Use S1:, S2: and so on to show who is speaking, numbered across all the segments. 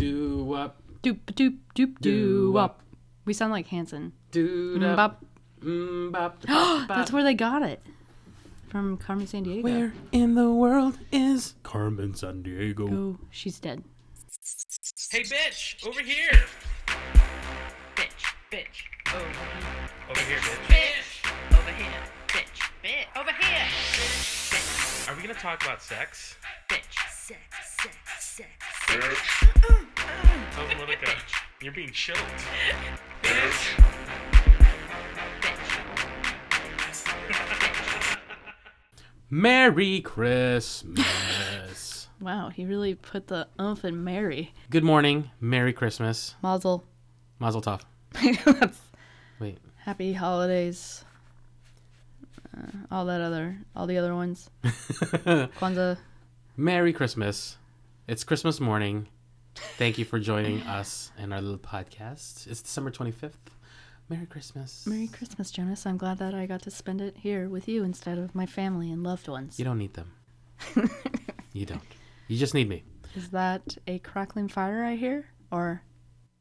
S1: do up,
S2: Doop doop doop
S1: Doo
S2: doo
S1: up.
S2: up. We sound like Hanson.
S1: do up,
S2: Bop.
S1: mm, bop, bop, bop.
S2: That's where they got it from Carmen San Diego.
S1: Where in the world is Carmen San Diego?
S2: Oh, she's dead.
S3: Hey, bitch, over here.
S4: Bitch, bitch, over here.
S3: Over here, bitch.
S4: Bitch, over here. Bitch, bitch, over here.
S3: Are we gonna talk about sex?
S4: Bitch, sex, sex, sex, sex.
S3: How's Monica? You're being chilled.
S1: Merry Christmas.
S2: Wow, he really put the umph in Mary.
S1: Good morning. Merry Christmas.
S2: Mazel.
S1: Mazel tov.
S2: That's-
S1: Wait.
S2: Happy holidays. Uh, all that other, all the other ones. Kwanzaa.
S1: Merry Christmas. It's Christmas morning. Thank you for joining us and our little podcast. It's December 25th. Merry Christmas.
S2: Merry Christmas, Jonas. I'm glad that I got to spend it here with you instead of my family and loved ones.
S1: You don't need them. you don't. You just need me.
S2: Is that a crackling fire I hear? Or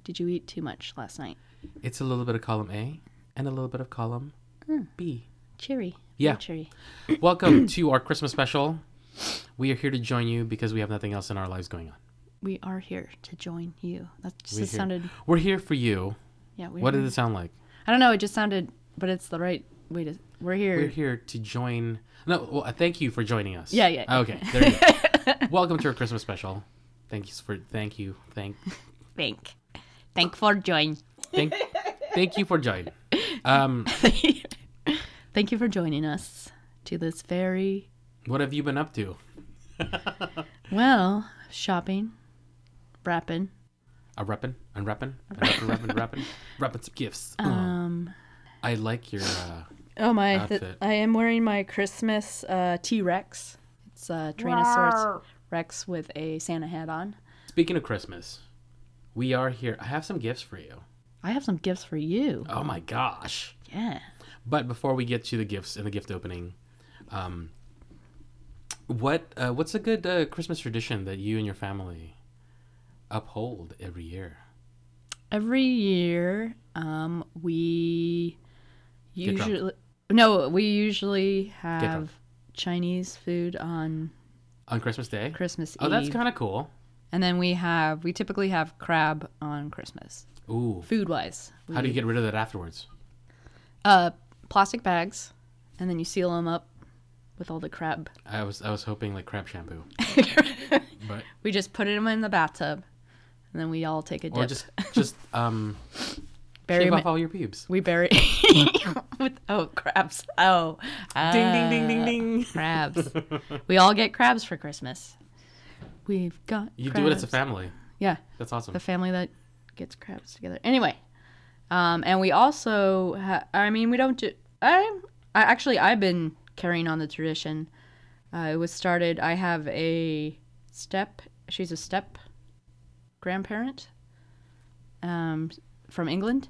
S2: did you eat too much last night?
S1: It's a little bit of column A and a little bit of column B.
S2: Cheery.
S1: Yeah.
S2: Cheery.
S1: Welcome to our Christmas special. We are here to join you because we have nothing else in our lives going on.
S2: We are here to join you. That just
S1: We're here.
S2: sounded.
S1: We're here for you.
S2: Yeah. Weird.
S1: What did it sound like?
S2: I don't know. It just sounded, but it's the right way to. We're here.
S1: We're here to join. No, well, uh, thank you for joining us.
S2: Yeah, yeah, yeah.
S1: Okay, there you go. Welcome to our Christmas special. Thank you for thank you thank
S2: Thank. Thank for join.
S1: thank thank you for joining. Um,
S2: Thank you for joining us to this very
S1: what have you been up to?
S2: well shopping, rapping,
S1: A reppin', unreppin', reppin', reppin', reppin', reppin' some gifts. Uh,
S2: um,
S1: I like your. Uh,
S2: Oh my!
S1: Outfit.
S2: th- I am wearing my Christmas uh, T Rex. It's a Tyrannosaurus Rex with a Santa hat on.
S1: speaking of Christmas, we are here. I have some gifts for you.
S2: I have some gifts for you.
S1: Oh my gosh!
S2: Yeah.
S1: But before we get to the gifts and the gift opening, um, what uh, what's a good uh, Christmas tradition that you and your family uphold every year?
S2: Every year, um, we
S1: drunk.
S2: usually no, we usually
S1: drunk.
S2: have Chinese food on
S1: On Christmas Day?
S2: Christmas
S1: oh,
S2: Eve,
S1: that's kind of cool.
S2: and then we have we typically have crab on Christmas.
S1: Ooh,
S2: Food wise,
S1: how do you get rid of that afterwards?
S2: uh plastic bags, and then you seal them up with all the crab
S1: I was I was hoping like crab shampoo, but
S2: We just put them in the bathtub, and then we all take a dip.
S1: or just just um
S2: bury
S1: shave
S2: 'em
S1: off
S2: in-
S1: all your pubes.
S2: we bury with oh crabs. Oh,
S1: Ding ding ding ding
S2: uh,
S1: ding.
S2: crabs. we all get crabs for Christmas. We've got
S1: You do it as a
S2: crabs.
S1: family.
S2: Yeah,
S1: That's awesome.
S2: the family that gets crabs together. Anyway, um, and we also ha- I mean we don't do I I actually I've been carrying on the tradition. Uh, it was started. I have a step. She's a step grandparent um, from England,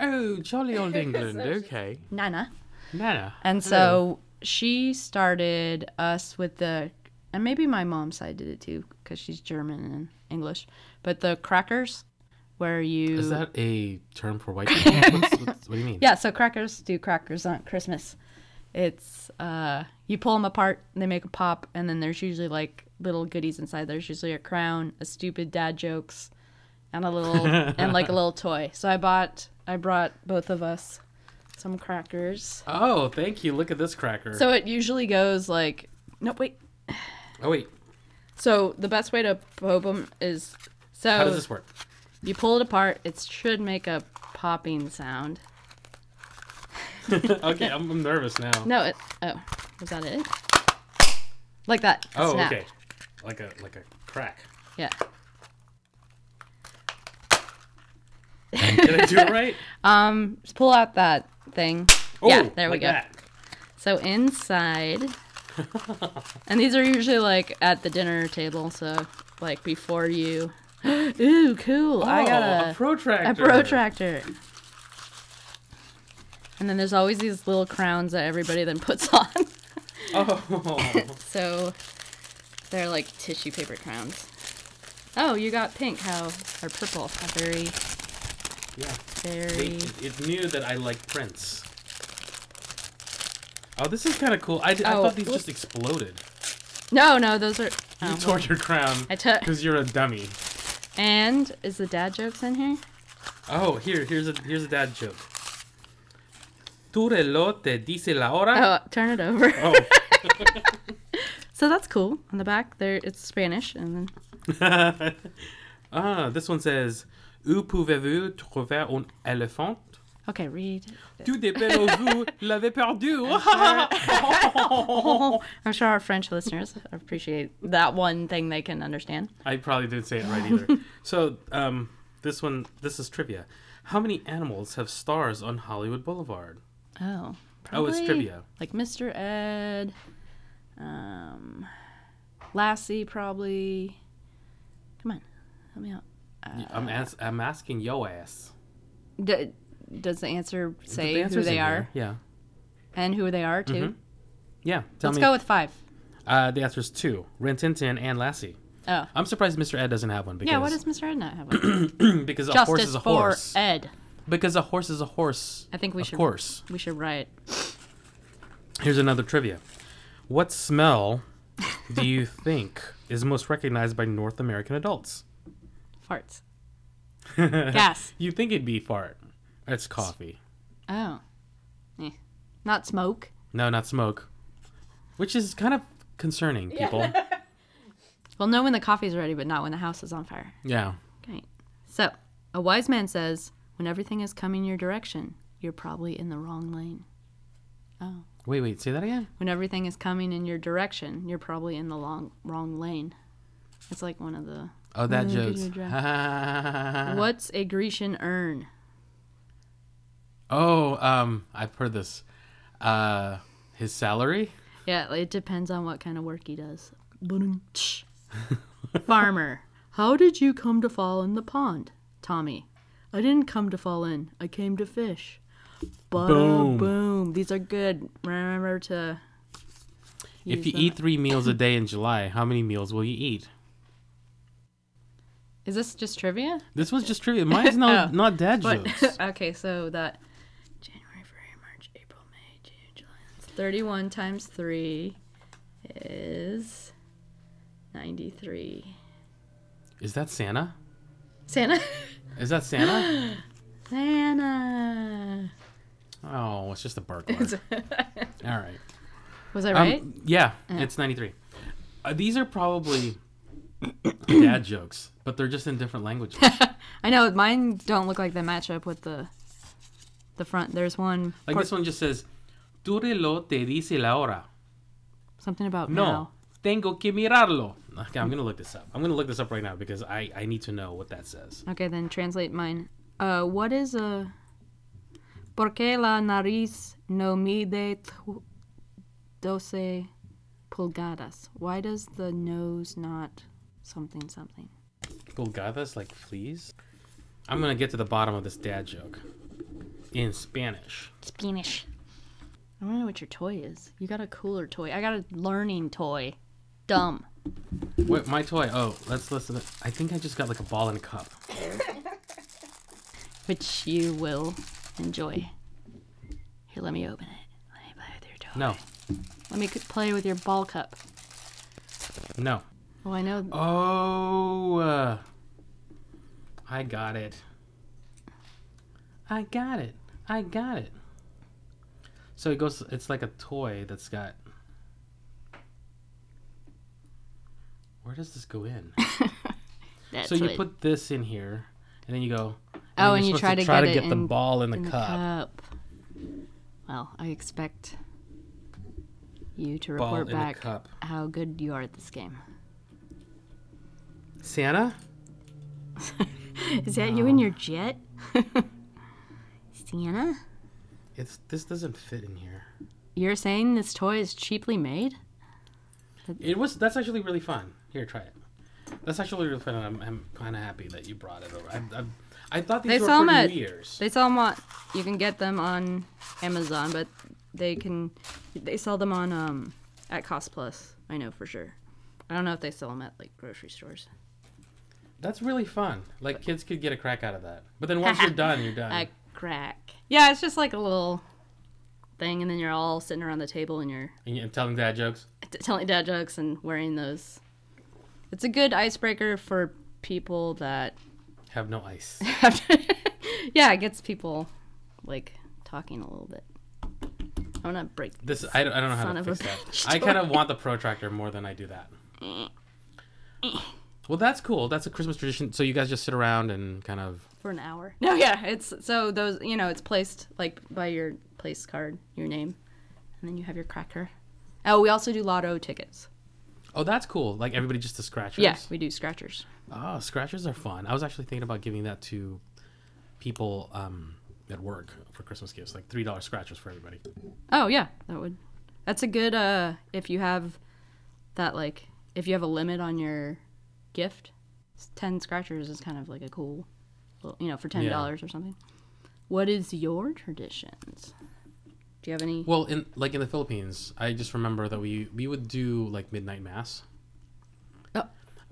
S1: oh, jolly old England. okay,
S2: Nana.
S1: Nana.
S2: And
S1: Hello.
S2: so she started us with the, and maybe my mom's side did it too, because she's German and English, but the crackers, where you.
S1: Is that a term for white people? What's- what's- what do you mean?
S2: yeah, so crackers do crackers on Christmas. It's, uh, you pull them apart, they make a pop, and then there's usually like little goodies inside. There's usually a crown, a stupid dad jokes, and a little, and like a little toy. So I bought, I brought both of us some crackers.
S1: Oh, thank you. Look at this cracker.
S2: So it usually goes like, no, wait.
S1: oh wait,
S2: So the best way to probe them is so
S1: how does this work?
S2: you pull it apart. It should make a popping sound.
S1: okay, I'm, I'm nervous now.
S2: No, it. Oh, was that it? Like that. a
S1: oh,
S2: snap.
S1: okay. Like a like a crack.
S2: Yeah.
S1: Did I do it right?
S2: Just pull out that thing.
S1: Oh,
S2: yeah, there we
S1: like
S2: go.
S1: that.
S2: So inside, and these are usually like at the dinner table. So like before you. Ooh, cool! I
S1: Oh,
S2: got
S1: a protractor.
S2: A protractor. And then there's always these little crowns that everybody then puts on.
S1: Oh,
S2: So they're like tissue paper crowns. Oh, you got pink. How or purple? How very,
S1: Yeah.
S2: very.
S1: it, it knew that I like Prince. Oh, this is kind of cool. I, d- I
S2: Oh,
S1: thought these
S2: whoops.
S1: just exploded.
S2: No, no, those are.
S1: You
S2: Oh,
S1: tore
S2: well.
S1: your crown
S2: I took.
S1: because you're a dummy.
S2: And is the dad jokes in here?
S1: Oh, here, here's a here's a dad joke. Tu reloj te dice la hora.
S2: Oh, turn it over.
S1: Oh.
S2: So that's cool. On the back there, it's Spanish, and then
S1: ah, this one says, Où pouvez-vous trouver un éléphant?
S2: okay, read.
S1: Tout dépend où vous l'avez perdu. Oh.
S2: Oh, I'm sure our French listeners appreciate that one thing they can understand.
S1: I probably didn't say it right either. so, um, this one, this is trivia. How many animals have stars on Hollywood Boulevard?
S2: Oh,
S1: Oh, it's
S2: probably
S1: trivia.
S2: Like Mr. Ed, um, Lassie, probably. Come on, help me out.
S1: I'm as- I'm asking yo ass.
S2: D- does the answer
S1: The
S2: say who
S1: answer's
S2: they
S1: in
S2: are
S1: here. Yeah.
S2: and who they are too?
S1: Yeah. Tell
S2: Let's
S1: me.
S2: go with five.
S1: uh, the answer's two. Rentintin and Lassie.
S2: Oh,
S1: I'm surprised Mr. Ed doesn't have one because
S2: yeah. What does Mr. Ed not have? One?
S1: because a horse
S2: Justice
S1: is a
S2: for
S1: horse.
S2: Ed.
S1: Because a horse is a horse.
S2: I think we
S1: of
S2: should.
S1: course.
S2: We should write.
S1: Here's another trivia. What smell do you think is most recognized by North American adults?
S2: farts. Gas.
S1: You think it'd be fart. It's coffee.
S2: Oh. Eh. Not smoke.
S1: No, not smoke. Which is kind of concerning, people. Yeah.
S2: Well, no when the coffee's ready, but not when the house is on fire. Okay. So, a wise man says, when everything is coming your direction, you're probably in the wrong lane.
S1: Wait, wait, say that again?
S2: When everything is coming in your direction, you're probably in the long, wrong lane. It's like one of the.
S1: Oh, that
S2: Mm,
S1: jokes.
S2: good
S1: Uh-huh.
S2: What's a Grecian urn?
S1: oh, um, I've heard this. Uh, his salary?
S2: Yeah, it depends on what kind of work he does. Ba-dum-tsh. Farmer, how did you come to fall in the pond? Tommy, I didn't come to fall in. I came to fish. Boom.
S1: Boom.
S2: Boom. These are good. Remember to.
S1: If
S2: use
S1: you
S2: them.
S1: eat three meals a day in July, how many meals will you eat?
S2: Is this just trivia?
S1: This was just trivia. Mine's not
S2: Oh.
S1: not dad
S2: What?
S1: jokes.
S2: okay, so that. January, February, March, April, May, June, July. That's 31 times 3 is 93.
S1: Is that Santa?
S2: Santa?
S1: Is that Santa?
S2: Santa.
S1: oh, it's just a burglar. All right.
S2: Was I
S1: Um,
S2: right?
S1: Yeah, it's 93. Uh, these are probably dad jokes, but they're just in different languages.
S2: I know mine don't look like they match up with the the front. There's one
S1: Like
S2: por-
S1: this one just says, Tu reloj te dice la hora.
S2: something about
S1: No,
S2: now.
S1: tengo que mirarlo. Okay, I'm going to look this up. I'm going to look this up right now because I, I need to know what that says.
S2: Okay, then translate mine. Uh, what is a porque la nariz no mide tu- doce pulgadas? Why does the nose not something something?
S1: Pulgadas like fleas? I'm going to get to the bottom of this dad joke in Spanish.
S2: Spanish. I don't know what your toy is. You got a cooler toy. I got a learning toy. Dumb.
S1: Wait, my toy. Oh, let's listen. I think I just got like a ball and a cup.
S2: which you will enjoy. Here, let me open it. Let me play with your toy.
S1: No,
S2: Let me c- play with your ball cup.
S1: no.
S2: Oh, I know.
S1: Oh, uh, I got it. I got it. I got it. So it goes. It's like a toy that's got. Where does this go in?
S2: That's
S1: Oh, so you
S2: what-
S1: put this in here, and then you go.
S2: Oh,
S1: then
S2: and you
S1: you're supposed
S2: try to
S1: try
S2: get
S1: to
S2: it
S1: get the
S2: in-
S1: ball in the,
S2: in the
S1: cup.
S2: cup. Well, I expect you to
S1: Ball
S2: report
S1: in the
S2: back
S1: cup.
S2: how good you are at this game.
S1: Santa.
S2: Is that you in your jet? Santa?
S1: It's this doesn't fit in here.
S2: You're saying this toy is cheaply made?
S1: It was. That's actually really fun. Here, try it. That's actually really fun. I'm, I'm kind of happy that you brought it over. I, I, I thought these
S2: They
S1: were
S2: sell
S1: for New
S2: 'em at-
S1: Year's.
S2: They sell them on. You can get them on Amazon, but they can. They sell them on um at Cost Plus. I know for sure. I don't know if they sell them at like grocery stores.
S1: That's really fun. Like kids could get a crack out of that. But then once you're done, you're done.
S2: a crack. Yeah, it's just like a little thing, and then you're all sitting around the table and you're
S1: and you're telling dad jokes.
S2: t- telling dad jokes and wearing those. It's a good icebreaker for people that
S1: Have no ice.
S2: have. To, yeah, it gets people like talking a little bit. I'm gonna break.
S1: This I don't, I don't know how
S2: Son
S1: to
S2: of a
S1: fix that.
S2: bitch.
S1: I kind of want the protractor more than I do that. Well, that's cool. That's a Christmas tradition. So you guys just sit around and kind of
S2: for an hour. No, yeah, it's so those you know it's placed like by your place card, your name, and then you have your cracker. Oh, we also do lotto tickets.
S1: oh, that's cool. Like everybody just the scratchers.
S2: Yeah, we do scratchers.
S1: Oh, scratchers are fun. I was actually thinking about giving that to people um, at work for Christmas gifts, like three dollars scratchers for everybody.
S2: Oh yeah, that would. That's a good uh if you have that like if you have a limit on your gift, s- ten scratchers is kind of like a cool, little- you know, for ten dollars or something. What is your traditions? Do you have any?
S1: Well, in like in the Philippines, I just remember that we we would do like midnight mass.
S2: Oh.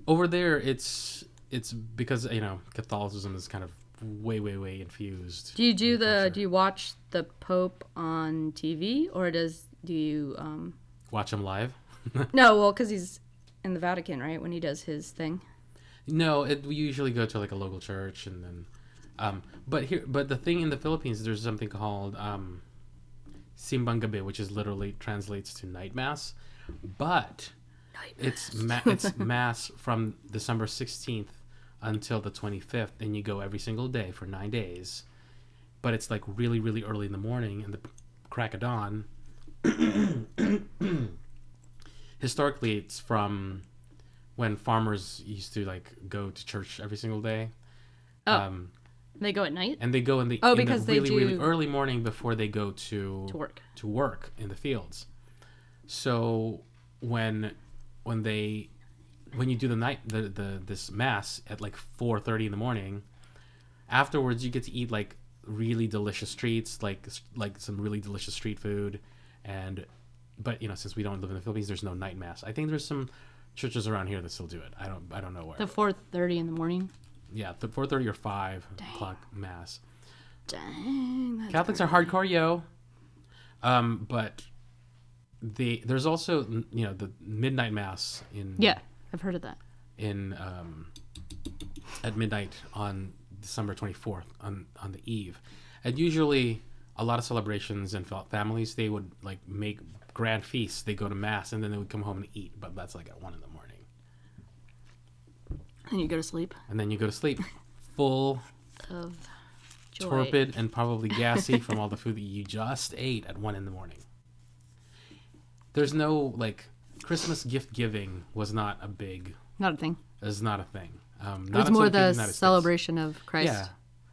S1: Over there, it's it's because you know Catholicism is kind of way way way infused.
S2: Do you do the? Do you watch the Pope on TV, or does do you? um
S1: Watch them live.
S2: No, well, because he's in the Vatican, right? When he does his thing.
S1: No, it, we usually go to like a local church and then, um, but here, but the thing in the Philippines, there's something called um, simbang gabi, which is literally translates to night mass, but it's ma- it's mass from December 16th until the 25th, and you go every single day for nine days, but it's like really really early in the morning and the crack of dawn. Historically, it's from when farmers used to like go to church every single day.
S2: Oh.
S1: Um,
S2: They go at night
S1: and they go in the
S2: Oh,
S1: in the
S2: because they
S1: really really
S2: do-
S1: early morning before they go to
S2: to work.
S1: to work in the fields. So when when they when you do the night the, the this mass at like 4:30 in the morning, afterwards you get to eat like really delicious treats, like like some really delicious street food and but you know since we don't live in the Philippines there's no night mass. I think there's some churches around here that still do it. I don't I don't know where.
S2: The four thirty in the morning.
S1: yeah, the 4:30 or 5 o'clock mass.
S2: Dang. That's
S1: Catholics are hardcore, yo. Um, but the there's also n- you know the midnight mass in
S2: Yeah, I've heard of that.
S1: in um, at midnight on December 24th on on the eve, and usually a lot of celebrations and fa- families they would like make grand feasts. They go to mass and then they would come home and eat, but that's like at one in the morning,
S2: And you go to sleep.
S1: and then you go to sleep, full,
S2: Of joy.
S1: torpid, and probably gassy from all the food that you just ate at one in the morning. There's no like Christmas gift giving was not a big
S2: Not a thing.
S1: is not a thing. Um,
S2: It
S1: not
S2: was
S1: in
S2: more
S1: some
S2: the
S1: countries, not as-
S2: celebration of Christ.
S1: Yeah,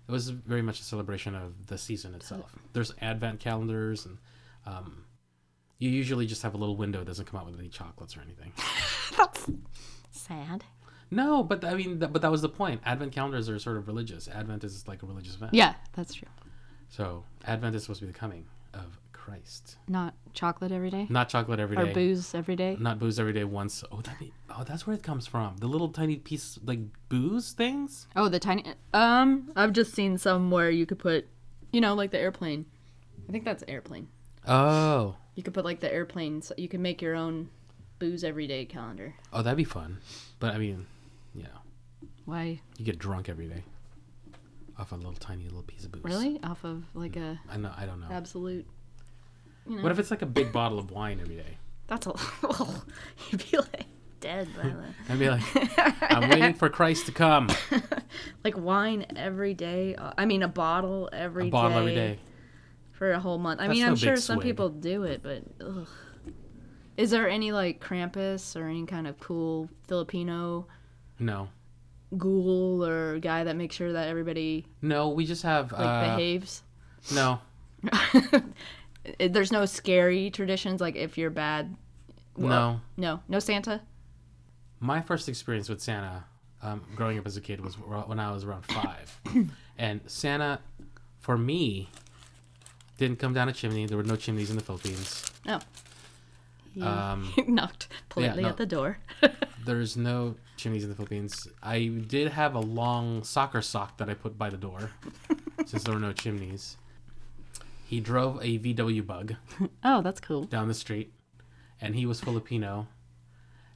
S1: it was very much a celebration of the season itself. There's advent calendars, and um, you usually just have a little window. It doesn't come out with any chocolates or anything.
S2: That's sad.
S1: no, but I mean, that, but that was the point. Advent calendars are sort of religious. Advent is like a religious event.
S2: Yeah, that's true.
S1: So Advent is supposed to be the coming of Christ.
S2: Not chocolate every day.
S1: Not chocolate every
S2: or
S1: day.
S2: booze every day.
S1: Not booze every day once. Oh, that be, oh, that's where it comes from. The little tiny piece like booze things.
S2: Oh, the tiny. Um, I've just seen some where you could put, you know, like the airplane. I think that's airplane.
S1: Oh,
S2: You could put like the airplane. So you can make your own booze every day calendar.
S1: oh, that'd be fun. But I mean, you know,
S2: Why?
S1: you get drunk every day off a little tiny little piece of booze.
S2: Really? Off of like a
S1: I know. I don't know.
S2: absolute.
S1: What if it's like a big bottle of wine every day?
S2: That's a. you'd be like dead by then.
S1: I'd be like, I'm waiting for Christ to come.
S2: like wine every day. uh, I mean, a bottle every
S1: A
S2: day
S1: bottle every day.
S2: for a whole month. I
S1: That's
S2: mean,
S1: no
S2: I'm
S1: big
S2: sure some
S1: swig.
S2: people do it, but ugh. is there any like Krampus or any kind of cool Filipino
S1: No,
S2: ghoul or guy that makes sure that everybody
S1: no, we just have
S2: like
S1: uh,
S2: behaves?
S1: no.
S2: It- There's no scary traditions like if you're bad.
S1: No.
S2: No, no Santa.
S1: my first experience with Santa um, growing up as a kid was ra- when I was around five. and Santa, for me, didn't come down a chimney. There were no chimneys in the Philippines.
S2: No.
S5: He
S1: Um,
S5: knocked politely
S1: no.
S5: at the door.
S1: There's no chimneys in the Philippines. I did have a long soccer sock that I put by the door since there were no chimneys. He drove a VW bug
S5: oh, that's cool.
S1: down the street and he was Filipino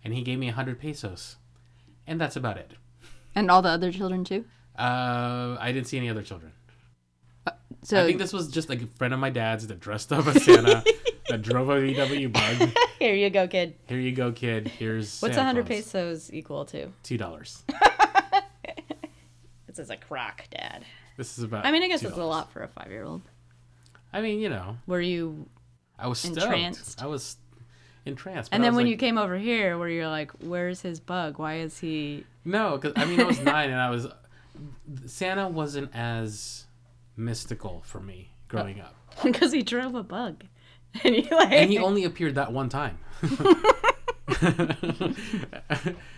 S1: and he gave me 100 pesos. And that's about it.
S5: And all the other children too.
S1: Uh, I didn't see any other children. I
S5: So
S1: think this was just like a friend of my dad's that dressed up as Santa that drove a VW bug.
S5: here you go, kid.
S1: Here you go, kid. Here's
S2: What's
S1: Santa
S2: 100
S1: Claus.
S2: pesos equal to?
S1: Two dollars.
S2: This is a crock, Dad.
S1: This is about.
S2: I mean, I guess
S1: two
S2: it's a
S1: dollars.
S2: lot for a five year old.
S1: I mean, you know,
S5: Were you?
S1: I was stoked.
S5: Entranced.
S1: I was entranced. but
S2: And
S1: I
S2: then
S1: was
S2: when
S1: like,
S2: you came over here, where you're like, where's his bug? Why is he.
S1: no, because I mean, I was nine, and I was Santa wasn't as mystical for me growing up,
S2: Because he drove a bug. And you like.
S1: and he only appeared that one time.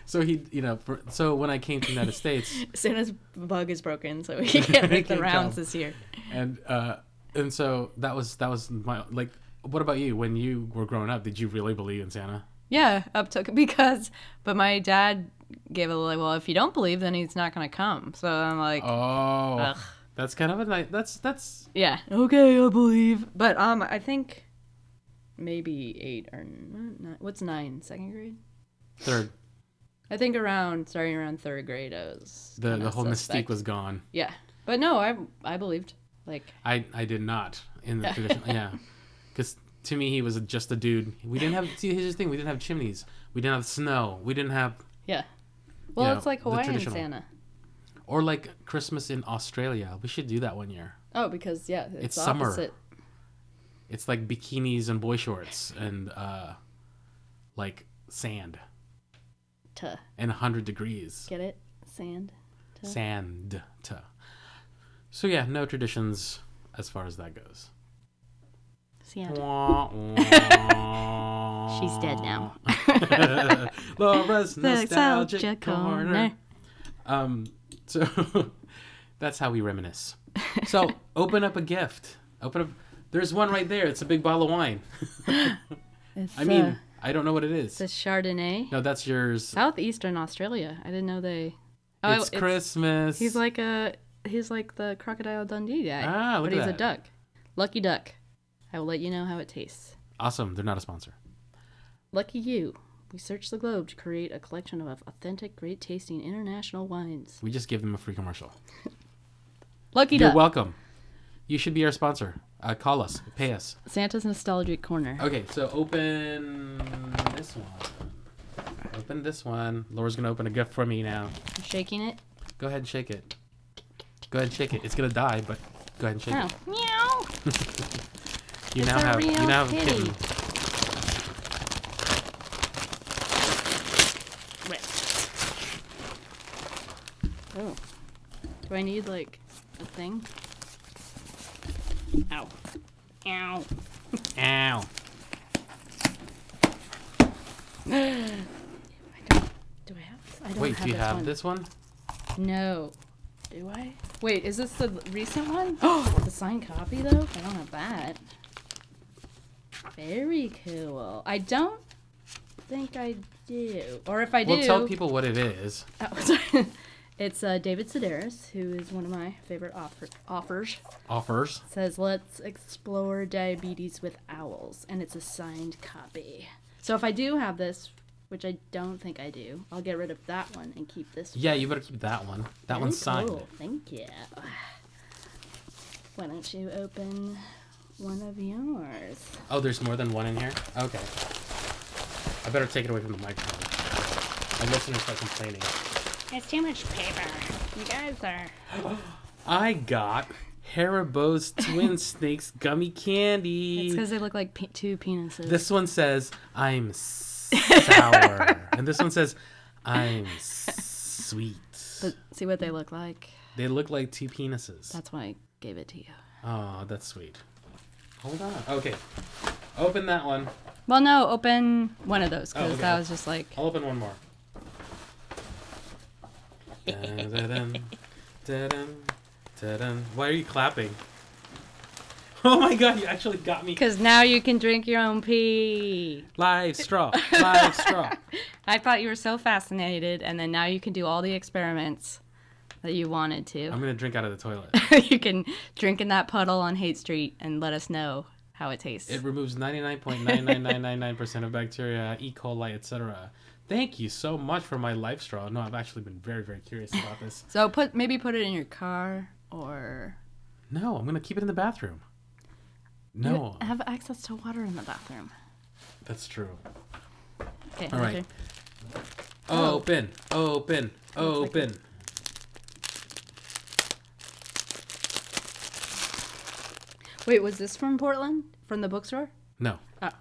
S1: so he, you know, for, so when I came to the United States,
S2: Santa's bug is broken, so he can't make the
S1: Can't
S2: rounds
S1: come.
S2: this year.
S1: and uh and so that was that was my like what about you when you were growing up did you really believe in santa
S2: Yeah, up to because, but my dad gave a like, well, if you don't believe, then he's not gonna come. So I'm like,
S1: oh that's kind of a nice that's that's
S2: yeah, okay, I believe. But um, I think maybe eight or n- nine, what's nine? Second grade?
S1: third
S2: I think around starting around third grade, I was
S1: the
S2: kinda
S1: the whole
S2: suspect.
S1: mystique was gone
S2: yeah. But no, I I believed like
S1: i i did not in the traditional yeah because to me he was just a dude we didn't have see here's the thing we didn't have chimneys we didn't have snow we didn't have
S2: yeah. Well,
S1: Yeah,
S2: it's like
S1: the
S2: Hawaiian
S1: traditional.
S2: Santa.
S1: or like christmas in australia we should do that one year
S2: Oh, because yeah,
S1: It's
S2: it's,
S1: summer.
S2: opposite.
S1: it's like bikinis and boy shorts and uh like sand
S2: To
S1: and 100 degrees
S2: get it, sand.
S1: Sand. So yeah, no traditions as far as that goes.
S5: Santa.
S1: She's
S5: She's dead now.
S1: Laura's nostalgic
S5: nostalgia
S1: corner.
S5: corner.
S1: Um, so that's how we reminisce. So open up a gift. Open up. There's one right there. It's a big bottle of wine.
S5: It's,
S1: I mean,
S5: uh,
S1: I don't know what it is.
S5: the Chardonnay.
S1: No, that's yours.
S5: Southeastern Australia.
S2: I didn't know they. I-
S1: It's Christmas.
S2: Oh, He's like a he's like the crocodile Dundee guy,
S1: Ah, look
S2: but
S1: at
S2: he's a
S1: that.
S2: duck. Lucky duck. I will let you know how it tastes.
S1: awesome. They're not a sponsor.
S2: Lucky you. We search the globe to create a collection of authentic, great tasting international wines.
S1: We just give them a free commercial.
S2: Lucky
S1: You're
S2: duck.
S1: welcome. You should be our sponsor. Uh, call us. Pay us.
S2: Santa's nostalgic corner.
S1: Okay, so open this one. Open this one. Laura's gonna open a gift for me now.
S2: I'm shaking it.
S1: Go ahead and shake it. Go ahead and shake it. It's gonna die, but go ahead and shake
S2: Oh,
S1: it.
S2: meow.
S1: You
S2: it's
S1: now
S2: a
S1: have you
S2: real
S1: now have a
S2: kitty.
S1: kitten.
S2: Rip. Oh. Do I need like a thing? Ow. Ow.
S1: Ow.
S2: Do I have this? I don't
S1: Wait,
S2: have
S1: do you
S2: this
S1: have
S2: one.
S1: this one?
S2: No. Do I? Wait, is this the recent one? Oh, the signed copy though? I don't have that. Very cool. I don't think I do. Or if I do,
S1: Well, tell people what it is.
S2: Oh, sorry. it's uh, David Sedaris, who is one of my favorite author- authors.
S1: Offers.
S2: Says, "Let's explore diabetes with owls," and it's a signed copy. So if I do have this, which I don't think I do, I'll get rid of that one and keep this
S1: Yeah, you better keep that one. That one's
S2: Very
S1: signed.
S2: cool. Thank you. Why don't you open one of yours?
S1: Oh, there's more than one in here? Okay. I better take it away from the microphone. My listeners start complaining.
S6: It's too much paper. You guys are.
S1: I got Haribo's Twin Snakes gummy candy.
S2: It's because they look like pe- two penises.
S1: This one says, I'm sour. and this one says, I'm sweet.
S2: But see what they look like.
S1: They look like two penises.
S2: That's why I gave it to you.
S1: Oh, that's sweet. Hold on. Okay. Open that one.
S2: Well, no, open one of those because
S1: Oh, okay.
S2: that was just like
S1: I'll open one more. Dun, dun, dun, dun, dun, dun. Why are you clapping? Oh my god, you actually got me.
S2: Because now you can drink your own pee.
S1: Live straw, live straw.
S2: I thought you were so fascinated, and then now you can do all the experiments that you wanted to.
S1: I'm gonna drink out of the toilet.
S2: you can drink in that puddle on Hate Street and let us know how it tastes.
S1: It removes 99.99999% of bacteria, E. coli, etc. Thank you so much for my life straw. No, I've actually been very, very curious about this.
S2: so put maybe put it in your car or
S1: No, I'm gonna keep it in the bathroom. No,
S2: have access to water in the bathroom.
S1: that's true.
S2: Okay.
S1: All right.
S2: okay. Oh.
S1: Open, open, open.
S2: Wait, was this from Portland? From the bookstore?
S1: No.
S7: Ah.
S2: Oh.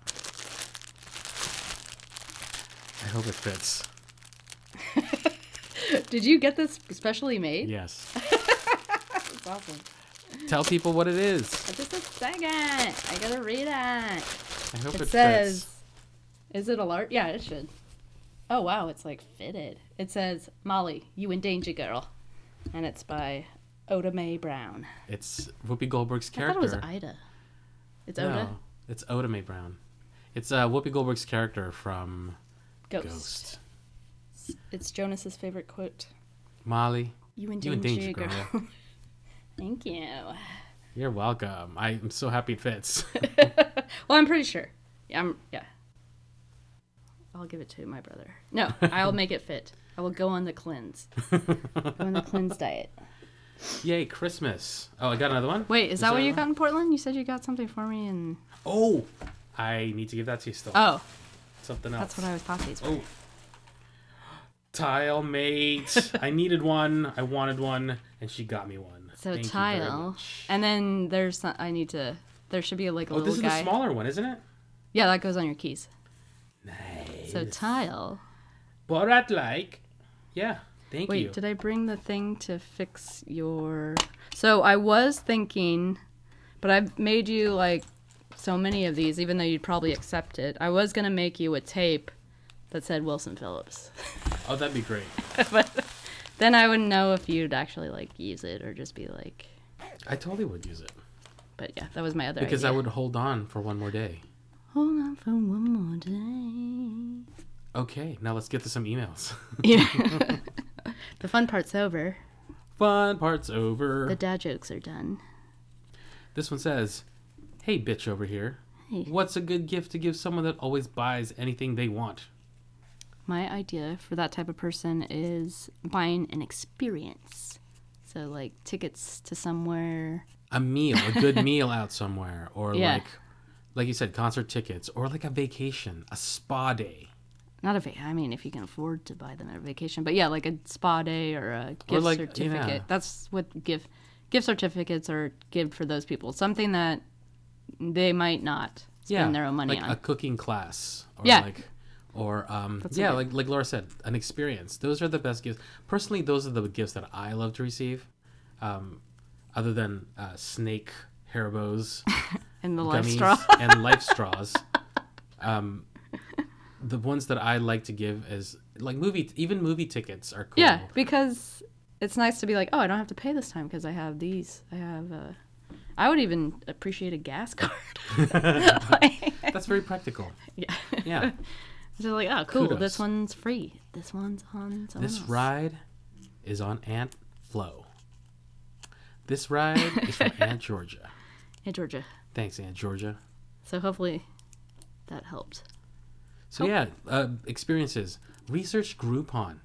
S1: I hope it fits.
S2: Did you get this specially made?
S1: Yes.
S2: It's awesome.
S1: Tell people what it is.
S2: Just a second. I gotta read it.
S1: I hope it,
S2: It
S1: fits.
S2: says, is it a large? Yeah, it should. Oh, wow, it's like fitted. It says, Molly, you in danger, girl. And it's by Oda Mae Brown.
S1: It's Whoopi
S7: I
S1: Goldberg's
S7: thought
S1: character.
S7: it was Ida. It's
S1: no,
S7: Oda.
S1: it's Oda Mae Brown. It's uh, Whoopi Goldberg's character from
S2: Ghost.
S1: Ghost.
S2: It's Jonas's favorite quote.
S1: Molly,
S2: You in
S1: You in
S2: danger,
S1: danger,
S2: girl.
S1: girl.
S2: Thank you.
S1: You're welcome. I am so happy it fits.
S2: Well, I'm pretty sure. Yeah, I'm, yeah. I'll give it to my brother. No, I'll make it fit. I will go on the cleanse. go on the cleanse diet.
S1: Yay, Christmas. Oh, I got another one?
S2: Wait, is, that, what
S1: there
S2: you
S1: one?
S2: got in Portland? You said you got something for me and
S1: Oh! I need to give that to you still.
S2: oh,
S1: Something else.
S2: that's what I thought these were.
S1: Oh. Tile mate. I needed one. I wanted one. And she got me one.
S2: So
S1: Thank you very
S2: tile,
S1: much.
S2: and then there's some, I need to. There should be like a
S1: Oh,
S2: little
S1: this is
S2: guy.
S1: the smaller one, isn't it?
S2: Yeah, that goes on your keys.
S1: Nice.
S2: So tile.
S1: But I'd like. Yeah. Thank
S2: Wait,
S1: you.
S2: did I bring the thing to fix your? So I was thinking, but I've made you like so many of these, even though you'd probably accept it. I was gonna make you a tape that said Wilson Phillips,
S1: Oh, that'd be great.
S2: but then I wouldn't know if you'd actually like use it or just be like.
S1: I totally would use it.
S2: But yeah, that was my other
S1: Because I
S2: idea.
S1: would hold on for one more day.
S2: hold on for one more day.
S1: Okay, now let's get to some emails.
S2: Yeah. the fun part's over.
S1: Fun part's over.
S2: The dad jokes are done.
S1: This one says, Hey, bitch over here.
S2: Hey.
S1: What's a good gift to give someone that always buys anything they want?
S2: My idea for that type of person is buying an experience. So, like tickets to somewhere.
S1: A meal, a good meal out somewhere, or
S2: Yeah.
S1: like, like you said, concert tickets, or like a vacation, a spa day,
S2: Not a va- I mean, if you can afford to buy them at a vacation, but yeah, like a spa day or a gift
S1: like,
S2: certificate.
S1: yeah.
S2: That's what gift gift certificates are give for those people. Something that they might not spend their own money
S1: like
S2: on.
S1: a cooking class, or
S2: Yeah.
S1: like, or um,
S2: That's a
S1: yeah, like
S2: good-
S1: like Laura said, an experience. Those are the best gifts. Personally, those are the gifts that I love to receive, um, other than uh, snake haribo's.
S2: and the life
S1: gummies
S2: straw.
S1: and life straws. Um, the ones that I like to give is like movie, even movie tickets are cool.
S2: Yeah, because it's nice to be like, oh, I don't have to pay this time because I have these. I have. Uh, I would even appreciate a gas card. Like,
S1: that's very practical.
S2: yeah.
S1: Yeah,
S2: So like, oh, cool.
S1: Kudos.
S2: This one's free. This one's on. Someone
S1: this
S2: else.
S1: ride is on Aunt Flo. This ride is from Aunt Georgia.
S2: Hey, Georgia.
S1: Thanks, Aunt Georgia.
S2: So hopefully, that helped. Oh.
S1: So yeah, uh, experiences. Research Groupon.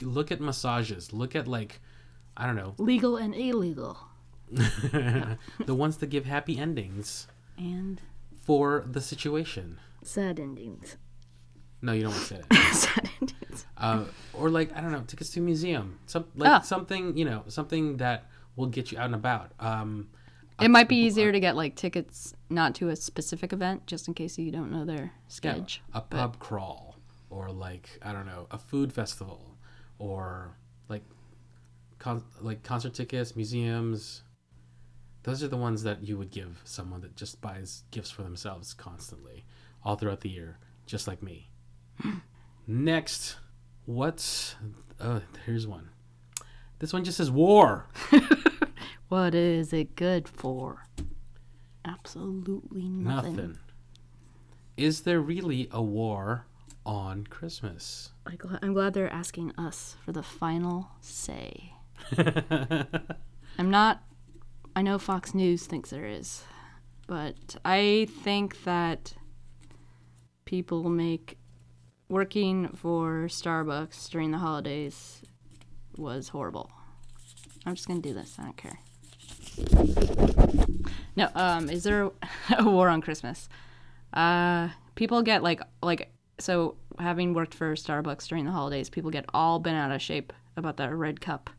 S1: Look at massages. Look at like, I don't know,
S2: Legal and illegal.
S1: the ones that give happy endings
S2: And
S1: for the situation.
S2: sad endings.
S1: No, you don't want to say that.
S2: sad endings.
S1: uh, or like I don't know, tickets to a museum, some like
S2: Ah.
S1: something you know, something that will get you out and about. Um,
S2: It might be easier to get like tickets not to a specific event, just in case you don't know their
S1: yeah,
S2: sketch.
S1: a pub crawl, or like I don't know, a food festival, or like con- like concert tickets, museums. Those are the ones that you would give someone that just buys gifts for themselves constantly, all throughout the year, just like me. Next, what's oh here's one. This one just says war.
S2: What is it good for? absolutely
S1: Nothing.
S2: nothing.
S1: Is there really a war on Christmas?
S2: I gl- I'm glad they're asking us for the final say. I'm not. I know Fox News thinks there is, but I think that people make working for Starbucks during the holidays was horrible. I'm just gonna do this. I don't care. No. Um. Is there a war on Christmas? Uh. People get like like so having worked for Starbucks during the holidays, people get all bent out of shape about the red cup.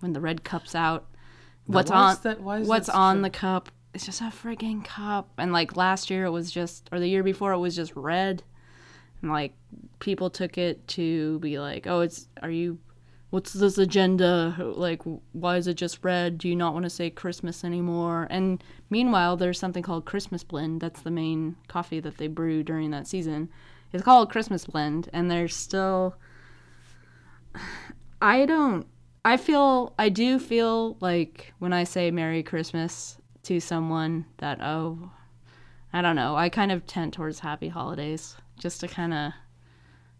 S2: When the red cup's out, what's
S1: why
S2: on
S1: is that- why is
S2: what's
S1: that such
S2: on
S1: a-
S2: the cup? It's just a friggin' cup. And like last year, it was just, or the year before, it was just red. And like people took it to be like, oh, it's are you what's this agenda? Like, why is it just red? Do you not want to say Christmas anymore? And meanwhile, there's something called Christmas Blend. That's the main coffee that they brew during that season. It's called Christmas Blend, and there's still. I don't. I feel. I do feel like when I say Merry Christmas to someone that, oh, I don't know. I kind of tend towards Happy Holidays just to kind of.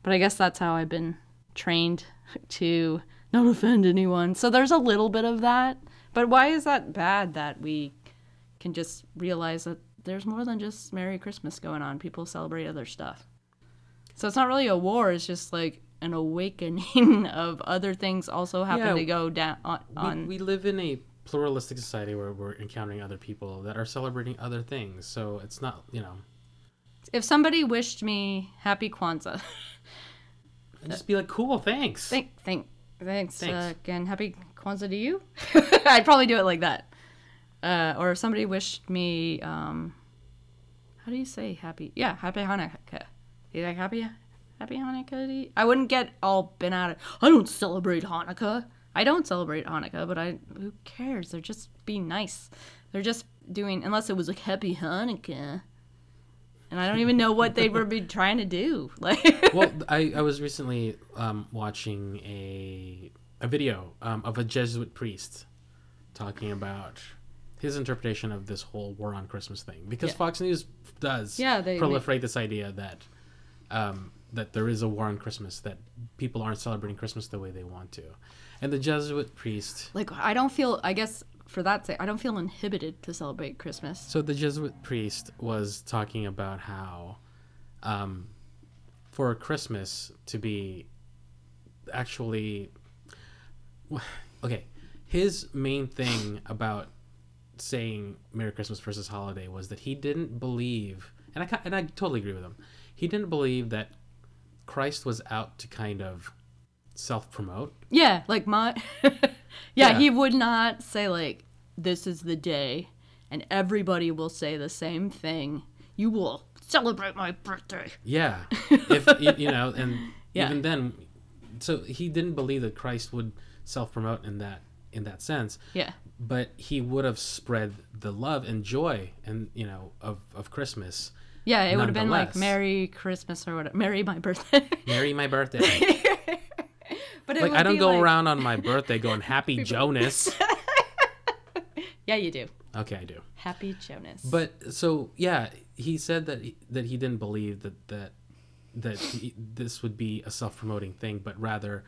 S2: But I guess that's how I've been trained to not offend anyone. So there's a little bit of that. But why is that bad that we can just realize that there's more than just Merry Christmas going on? People celebrate other stuff. So it's not really a war, it's just like an awakening of other things also happen
S1: Yeah,
S2: to go down on.
S1: We,
S2: on
S1: we live in a pluralistic society where we're encountering other people that are celebrating other things. So it's not, you know,
S2: if somebody wished me happy Kwanzaa,
S1: just be like, cool, thanks.
S2: Thank, thank, thanks,
S1: Thanks.
S2: Uh, and happy Kwanzaa to you. I'd probably do it like that. Uh, or if somebody wished me, um, how do you say happy? Yeah, happy Hanukkah. You like happy, happy Hanukkah? To you? I wouldn't get all bent out of. I don't celebrate Hanukkah. I don't celebrate Hanukkah, but I who cares? They're just being nice. They're just doing unless it was like happy Hanukkah. And I don't even know what they were be trying to do. Like
S1: well, I, I was recently um, watching a a video um, of a Jesuit priest talking about his interpretation of this whole war on Christmas thing because Fox News does
S2: Yeah, they
S1: proliferate this idea that um, that there is a war on Christmas that people aren't celebrating Christmas the way they want to, and the Jesuit priest.
S2: like I don't feel I guess for that sake I don't feel inhibited to celebrate Christmas.
S1: So the Jesuit priest was talking about how, um, for Christmas to be actually, okay, his main thing about saying Merry Christmas versus holiday was that he didn't believe, and I ca- and I totally agree with him. He didn't believe that Christ was out to kind of self promote.
S2: Yeah, like my yeah,
S1: Yeah.
S2: he would not say like this is the day and everybody will say the same thing. You will celebrate my birthday.
S1: Yeah. If y- you know, and
S2: Yeah.
S1: even then, so he didn't believe that Christ would self-promote in that in that sense,
S2: Yeah.
S1: but he would have spread the love and joy and you know of of Christmas.
S2: Yeah, it would have been like
S1: Nonetheless.
S2: Merry Christmas or whatever. Merry my birthday.
S1: Merry my birthday.
S2: but it
S1: Like
S2: would
S1: I don't
S2: be
S1: go
S2: like-
S1: around on my birthday going happy Jonas.
S2: Yeah, you do.
S1: Okay, I do.
S2: Happy Jonas.
S1: But so yeah, he said that he, that he didn't believe that that that he, this would be a self-promoting thing, but rather,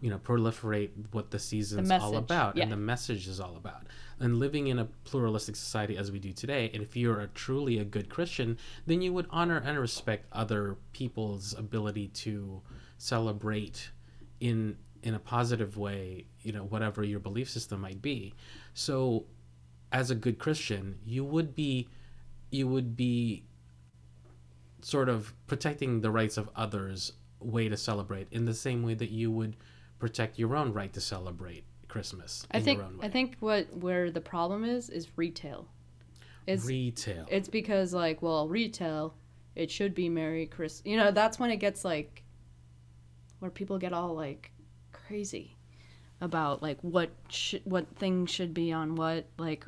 S1: you know, proliferate what the season's all
S2: message,
S1: about
S2: yeah.
S1: and the message is all about. And living in a pluralistic society as we do today, and if you're a, truly a good Christian, then you would honor and respect other people's ability to celebrate in in a positive way, you know, whatever your belief system might be. So as a good Christian, you would be you would be sort of protecting the rights of others way to celebrate in the same way that you would protect your own right to celebrate Christmas
S2: I
S1: in
S2: think
S1: your own way.
S2: I think what where the problem is is retail. Is
S1: retail.
S2: it's because like well retail it should be merry christmas you know that's when it gets like where people get all like crazy about like what sh- what things should be on what like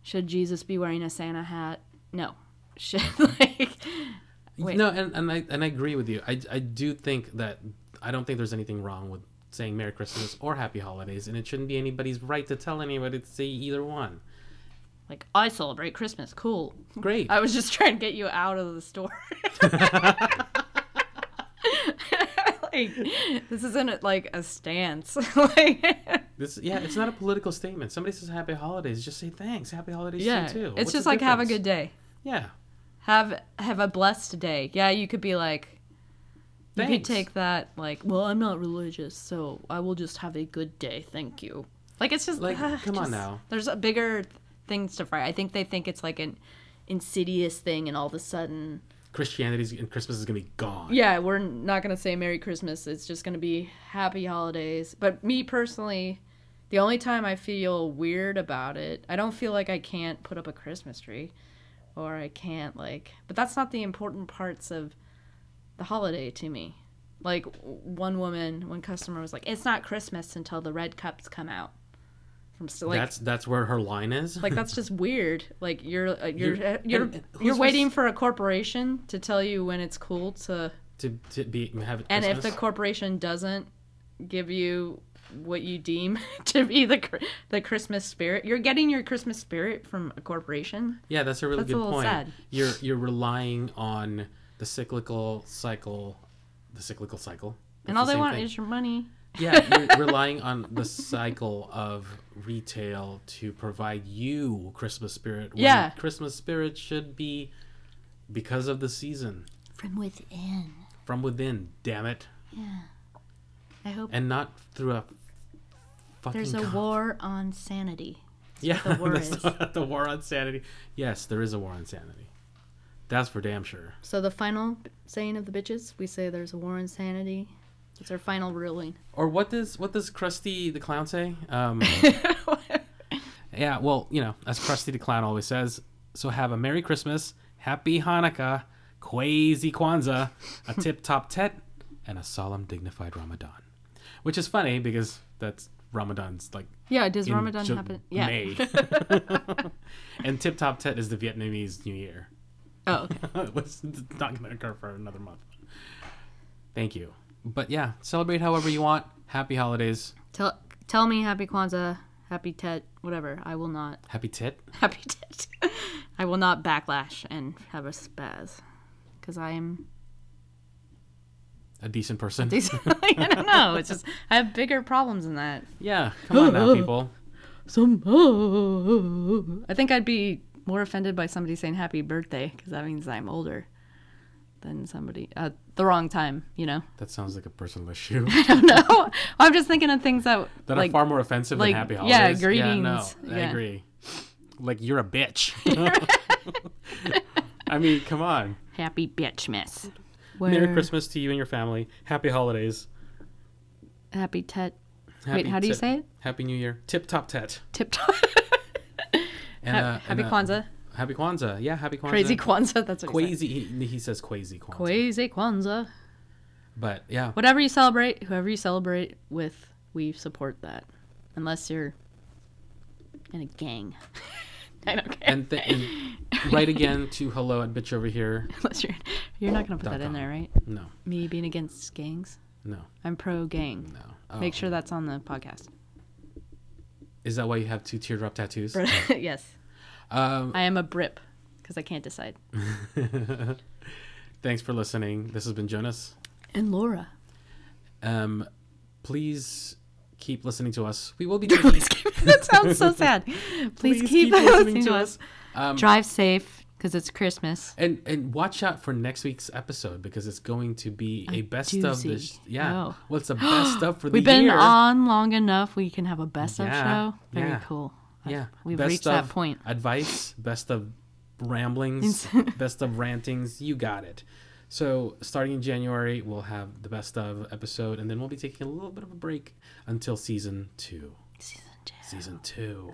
S2: should jesus be wearing a santa hat no should like wait.
S1: No, and, and I and I agree with you. I I do think that I don't think there's anything wrong with saying Merry Christmas or Happy Holidays, and it shouldn't be anybody's right to tell anybody to say either one.
S2: Like I celebrate Christmas, cool.
S1: Great.
S2: I was just trying to get you out of the store. like this isn't like a stance. like
S1: This yeah, it's not a political statement. Somebody says happy holidays, just say thanks. Happy holidays
S2: yeah,
S1: to you too.
S2: it's
S1: What's
S2: just
S1: the
S2: like have a
S1: difference?
S2: good day.
S1: Yeah.
S2: Have have a blessed day. Yeah, you could be like
S1: Thanks.
S2: You could take that like, well, I'm not religious, so I will just have a good day. Thank you. Like it's just
S1: Like,
S2: ah,
S1: come on
S2: just-
S1: now.
S2: There's a bigger th- things to fry. I think they think it's like an insidious thing, and all of a sudden,
S1: Christianity's and Christmas is gonna be gone.
S2: yeah, we're not gonna say Merry Christmas. It's just gonna be Happy Holidays. But me personally, the only time I feel weird about it, I don't feel like I can't put up a Christmas tree, or I can't like. But that's not the important parts of the holiday to me. Like w- one woman, one customer was like, "It's not Christmas until the red cups come out." From still like.
S1: that's that's where her line is.
S2: like that's just weird. Like you're uh, you're
S1: You're-
S2: you're you're,
S1: and- and who's
S2: waiting
S1: res-
S2: for a corporation to tell you when it's cool to
S1: to, to be have it
S2: and if the
S1: Christmas.
S2: corporation doesn't give you what you deem to be the cr- the Christmas spirit, you're getting your Christmas spirit from a corporation.
S1: Yeah, that's a really
S2: That's a
S1: good
S2: little
S1: point.
S2: sad.
S1: You're you're relying on the cyclical cycle, the cyclical cycle. That's
S2: and all
S1: the
S2: they
S1: same
S2: want
S1: thing.
S2: is your money.
S1: yeah, you're relying on the cycle of retail to provide you Christmas spirit. when
S2: Yeah.
S1: Christmas spirit should be because of the season
S4: From within.
S1: from within. Damn it,
S2: I hope
S1: and not through a fucking.
S2: there's a
S1: con-
S2: war on sanity.
S1: Yeah,
S2: the war
S1: that's
S2: is.
S1: the- the war on sanity. Yes, there is a war on sanity. That's for damn sure.
S2: So the final saying of the bitches, we say there's a war on sanity. It's our final ruling.
S1: Or what does what does Krusty the Clown say? Um, yeah, well, you know, as Krusty the Clown always says, so have a Merry Christmas, Happy Hanukkah, Quasi Kwanzaa, a tip top tet, and a solemn, dignified Ramadan. Which is funny because that's Ramadan's like
S2: Yeah, does
S1: in
S2: Ramadan
S1: Ju-
S2: happen? Yeah.
S1: May. and tip top tet is the Vietnamese New Year.
S2: Oh, okay.
S1: It's not going to occur for another month. Thank you. But yeah, celebrate however you want. Happy holidays.
S2: tell tell me happy Kwanzaa, happy Tet, whatever. I will not
S1: Happy tit.
S2: happy tit. I will not backlash and have a spaz because I am
S1: A decent person.
S2: decent. I don't know. It's just I have bigger problems than that.
S1: yeah, come on now, people.
S2: Some oh, I think I'd be more offended by somebody saying happy birthday because that means I'm older than somebody at the wrong time. You know.
S1: That sounds like a personal issue.
S2: no, I'm just thinking of things that
S1: That
S2: like
S1: are far more offensive
S2: like,
S1: than happy
S2: yeah,
S1: holidays. no,
S2: greetings.
S1: I
S2: Yeah.
S1: agree. Like you're a bitch. I mean, come on.
S2: happy bitch miss.
S1: Merry
S2: Where-
S1: Christmas to you and your family. Happy holidays.
S2: Happy Tet.
S1: Happy
S2: how do you say it?
S1: Happy New Year. Tip top tet.
S2: Tip
S1: And, uh, and,
S2: happy
S1: uh,
S2: Kwanzaa.
S1: Happy Kwanzaa. Yeah, happy Kwanzaa.
S2: Crazy Kwanzaa. That's what he said.
S1: Quasi. He, he says Quasi Kwanzaa.
S2: Crazy Kwanzaa.
S1: But yeah,
S2: Whatever you celebrate, whoever you celebrate with, we support that. Unless you're in a gang. I don't care.
S1: and, th- and right again to hello at bitch over here.
S2: Unless you're, you're not gonna put that
S1: com.
S2: in there, right?
S1: No,
S2: Me being against gangs.
S1: no,
S2: I'm pro gang.
S1: no. Oh.
S2: Make sure that's on the podcast.
S1: Is that why you have two teardrop tattoos?
S2: yes,
S1: Um,
S2: I am a Brip because I can't decide.
S1: thanks for listening. This has been Jonas.
S2: And Laura.
S1: Um, please keep listening to us. We will be doing
S2: Please keep, that sounds so sad. Please, keep, listening to us.
S1: Um,
S2: Drive safe because it's Christmas.
S1: and and watch out for next week's episode because it's going to be a, best of
S2: doozy.
S1: this. Yeah,
S2: Oh.
S1: well, it's a best of for the
S2: We've been
S1: year.
S2: on long enough. We can have a best of
S1: Yeah,
S2: show. Very
S1: yeah.
S2: cool.
S1: yeah,
S2: We've reached that point.
S1: Advice, best of ramblings, best of rantings. You got it. So starting in January, we'll have the best of episode, and then we'll be taking a little bit of a break until season two. Season two. Season two.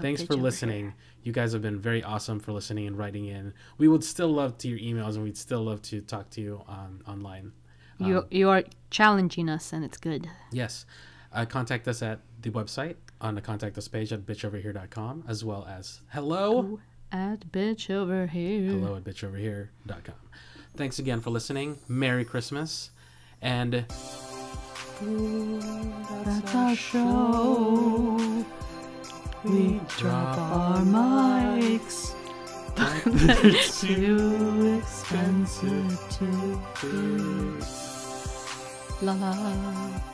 S1: Thanks
S2: bitch
S1: for
S2: over
S1: listening. You guys have been very awesome for listening and writing in. We would still love to your emails, and we'd still love to talk to you on online. Um,
S2: you you are challenging us, and it's good.
S1: Yes. Uh, contact us at the website on the contact us page at bitchoverhere.com as well as hello
S2: At bitch over here.
S1: hello at bitchoverhere.com. Thanks again for listening. Merry Christmas. And
S2: That's our show. we drop our mics. too expensive to fix.
S8: La la.